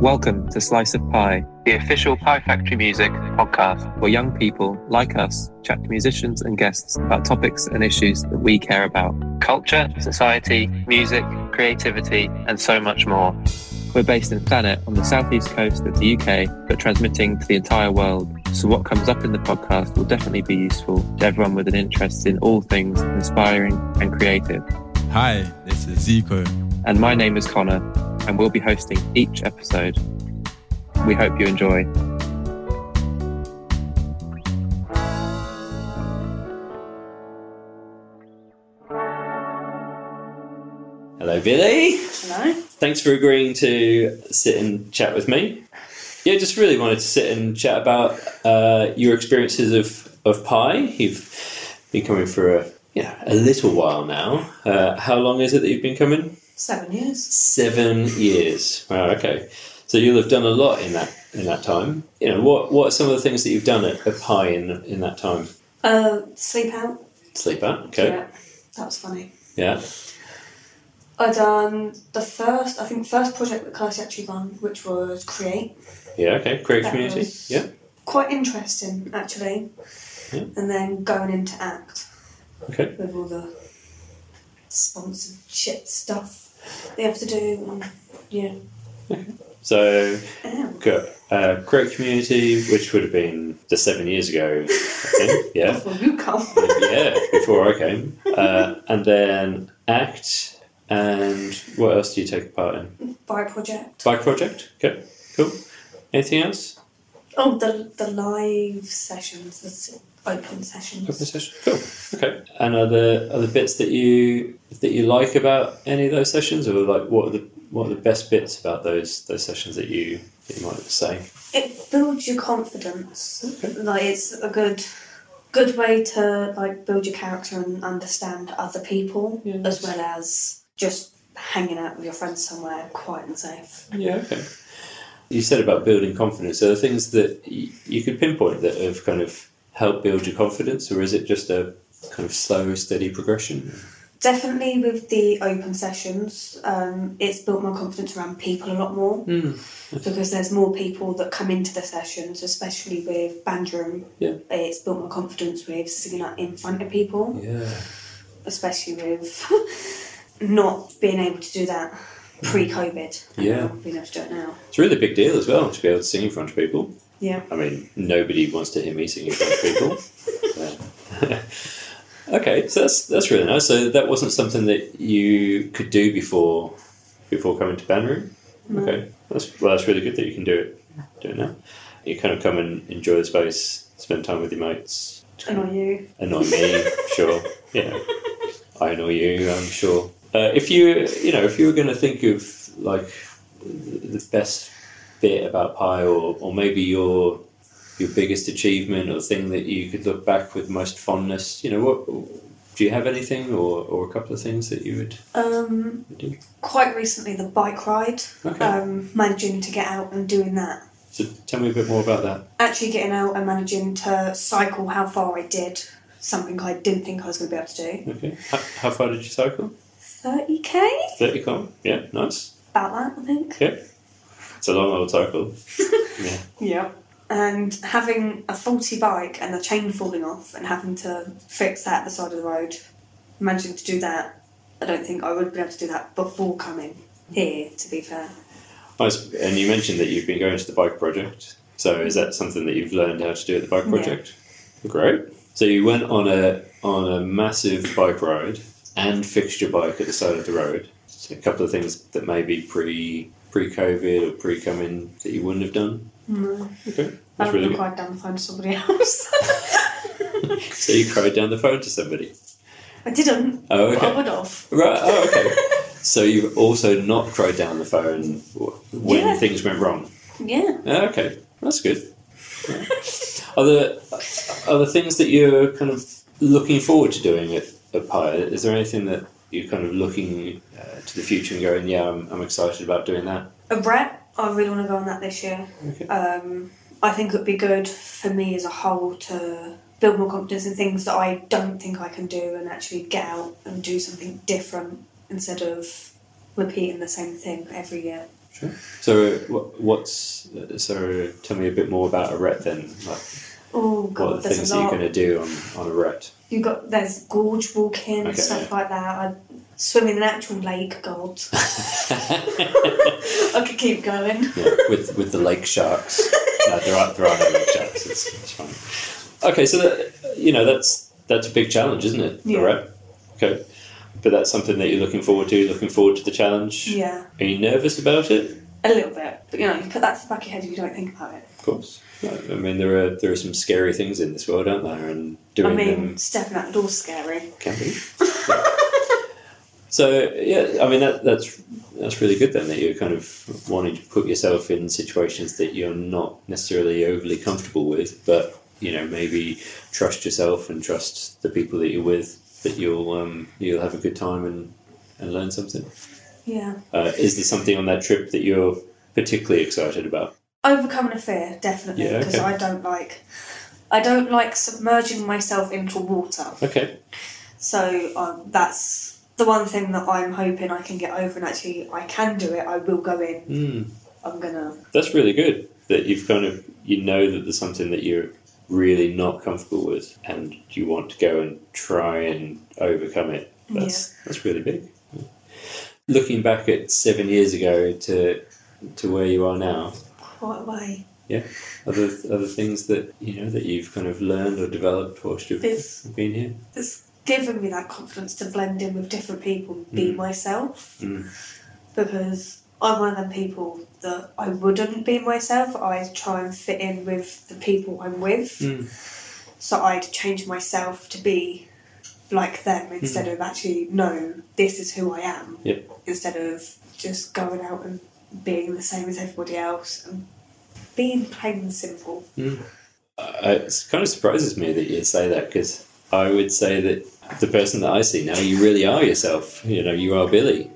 Welcome to Slice of Pie, the official Pie Factory Music podcast. where young people like us chat to musicians and guests about topics and issues that we care about. Culture, society, music, creativity, and so much more. We're based in Thanet on the southeast coast of the UK, but transmitting to the entire world. So, what comes up in the podcast will definitely be useful to everyone with an interest in all things inspiring and creative. Hi, this is Zico. And my name is Connor, and we'll be hosting each episode. We hope you enjoy. Hello, Billy. No. Thanks for agreeing to sit and chat with me. Yeah, just really wanted to sit and chat about uh, your experiences of, of pie. You've been coming for a you know, a little while now. Uh, how long is it that you've been coming? Seven years. Seven years. Wow. Okay. So you'll have done a lot in that in that time. You know what? What are some of the things that you've done at, at pie in in that time? Uh, sleep out. Sleep out. Okay. Yeah, that was funny. Yeah. I done the first, I think, first project that Kirsty actually done, which was create. Yeah. okay. Create That community. was Yeah. Quite interesting, actually. Yeah. And then going into act Okay. with all the sponsorship stuff they have to do. And, yeah. So Ow. Got uh, Croak Community, which would have been the seven years ago, I think. Yeah, Before you come. yeah, before I came. Uh, and then Act, and what else do you take part in? By project. Bike Project. Okay, cool. Anything else? Oh, the the live sessions, the s- open Open sessions. session. Cool. Okay. And are there other bits that you that you like about any of those sessions, or like what are the what are the best bits about those those sessions that you that you might say? It builds your confidence. Okay. like it's a good good way to like build your character and understand other people Yeah. as well as just hanging out with your friends somewhere quiet and safe Yeah, okay. You said about building confidence. Are there things that y- you could pinpoint that have kind of helped build your confidence, or is it just a kind of slow, steady progression? definitely with the open sessions um, it's built my confidence around people a lot more Hmm. because there's more people that come into the sessions especially with band room Yeah. it's built my confidence with singing out in front of people Yeah. especially with not being able to do that pre-covid and Yeah. not being able to do it now It's a really big deal as well to be able to sing in front of people. yeah I mean, nobody wants to hear me sing in front of people. Yeah. okay, so that's that's really nice. So that wasn't something that you could do before before coming to Banroom. Okay, that's well, that's really good that you can do it do it now. You kind of come and enjoy the space, spend time with your mates, Annoy you. annoy me, sure. Yeah, I annoy you, I'm sure. Uh, if you you know if you were going to think of like the best bit about pie, or or maybe your your biggest achievement or thing that you could look back with most fondness, you know what? Do you have anything or, or a couple of things that you would Um, do? quite recently, the bike ride, Okay. um, managing to get out and doing that. so tell me a bit more about that. Actually, getting out and managing to cycle how far I did, something I didn't think I was going to be able to do. Okay. How, how far did you cycle? 30k? 30 km. Yeah, nice. About that, I think. Okay. It's a long old cycle. Yeah. And having a faulty bike and the chain falling off and having to fix that at the side of the road, managing to do that, I don't think I would have been able to do that before coming here, to be fair. Nice. And you mentioned that you've been going to the bike project. So is that something that you've learned how to do at the bike Yeah. project? Great. So you went on a on a massive bike ride and fixed your bike at the side of the road. So a couple of things that maybe pre pre COVID or pre coming that you wouldn't have done. No, Okay. I That's Mm. would really have good. quite down the phone to somebody else. So you cried down the phone to somebody. I didn't. Oh but okay. I would have. Right. Oh, okay. so you've also not cried down the phone when Yeah. things went wrong. Yeah. Ah, Okay, that's good. Yeah. are there are there things that you're kind of looking forward to doing at, at Pyre? Is there anything that you're kind of looking uh, to the future and going, yeah, I'm, I'm excited about doing that? A Uh, Brett, I really want to go on that this year. Okay. Um, I think it would be good for me as a whole to build more confidence in things that I don't think I can do and actually get out and do something different instead of repeating the same thing every year. Sure. So, what, what's uh, so? Tell me a bit more about a ret then. Like, Oh what are god, the there's things a that you're lot. going to do on, on a ret? You got there's gorge walking and Okay, stuff yeah. like that. I swim in an actual lake. God, I could keep going. yeah, with with the lake sharks. No, there are there are no lake sharks. It's, it's fine. Okay, so that, you know that's that's a big challenge, isn't it? Yeah. All right. Okay, but that's something that you're looking forward to. Looking forward to the challenge. Yeah, Are you nervous about it? a little bit, but you know, you put that to the back of your head if you don't think about it. Of course. I mean, there are there are some scary things in this world, aren't there? And doing I mean, them stepping out the door's scary. can be. so yeah, I mean that that's that's really good then that you're kind of wanting to put yourself in situations that you're not necessarily overly comfortable with, but you know maybe trust yourself and trust the people that you're with that you'll um, you'll have a good time and and learn something. Yeah, Uh, is there something on that trip that you're particularly excited about? overcoming a fear definitely Yeah, because okay. I don't like, I don't like submerging myself into water. Okay, So um, that's the one thing that I'm hoping I can get over, and actually I can do it. I will go in. Hmm. I'm gonna. that's really good that you've kind of you know that there's something that you're really not comfortable with and you want to go and try and overcome it that's that's really big looking back at seven years ago to to where you are now Quite a way. other other things that you know that you've kind of learned or developed whilst you've It's been here it's given me that confidence to blend in with different people and be Mm. myself Mm. because I'm one of them people that I wouldn't be myself. I try and fit in with the people I'm with, Mm. so I'd change myself to be like them instead Mm. of actually no, this is who I am. Yep. Instead of just going out and being the same as everybody else and being plain and simple. I, it kind of surprises me that you say that because I would say that the person that I see now, you really are yourself. You know, you are Billy.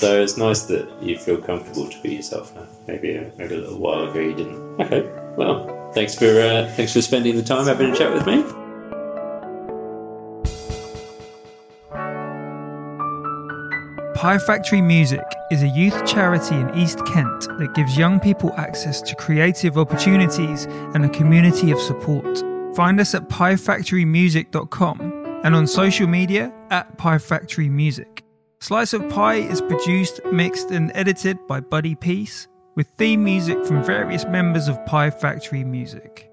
so it's nice that you feel comfortable to be yourself now. Maybe uh, maybe a little while ago you didn't. Okay. Well, thanks for uh, thanks for spending the time having a chat with me. Pie Factory Music is a youth charity in East Kent that gives young people access to creative opportunities and a community of support. Find us at piefactorymusic.com and on social media at Pie Factory Music. Slice of Pie is produced, mixed, and edited by Buddy Peace, with theme music from various members of Pie Factory Music.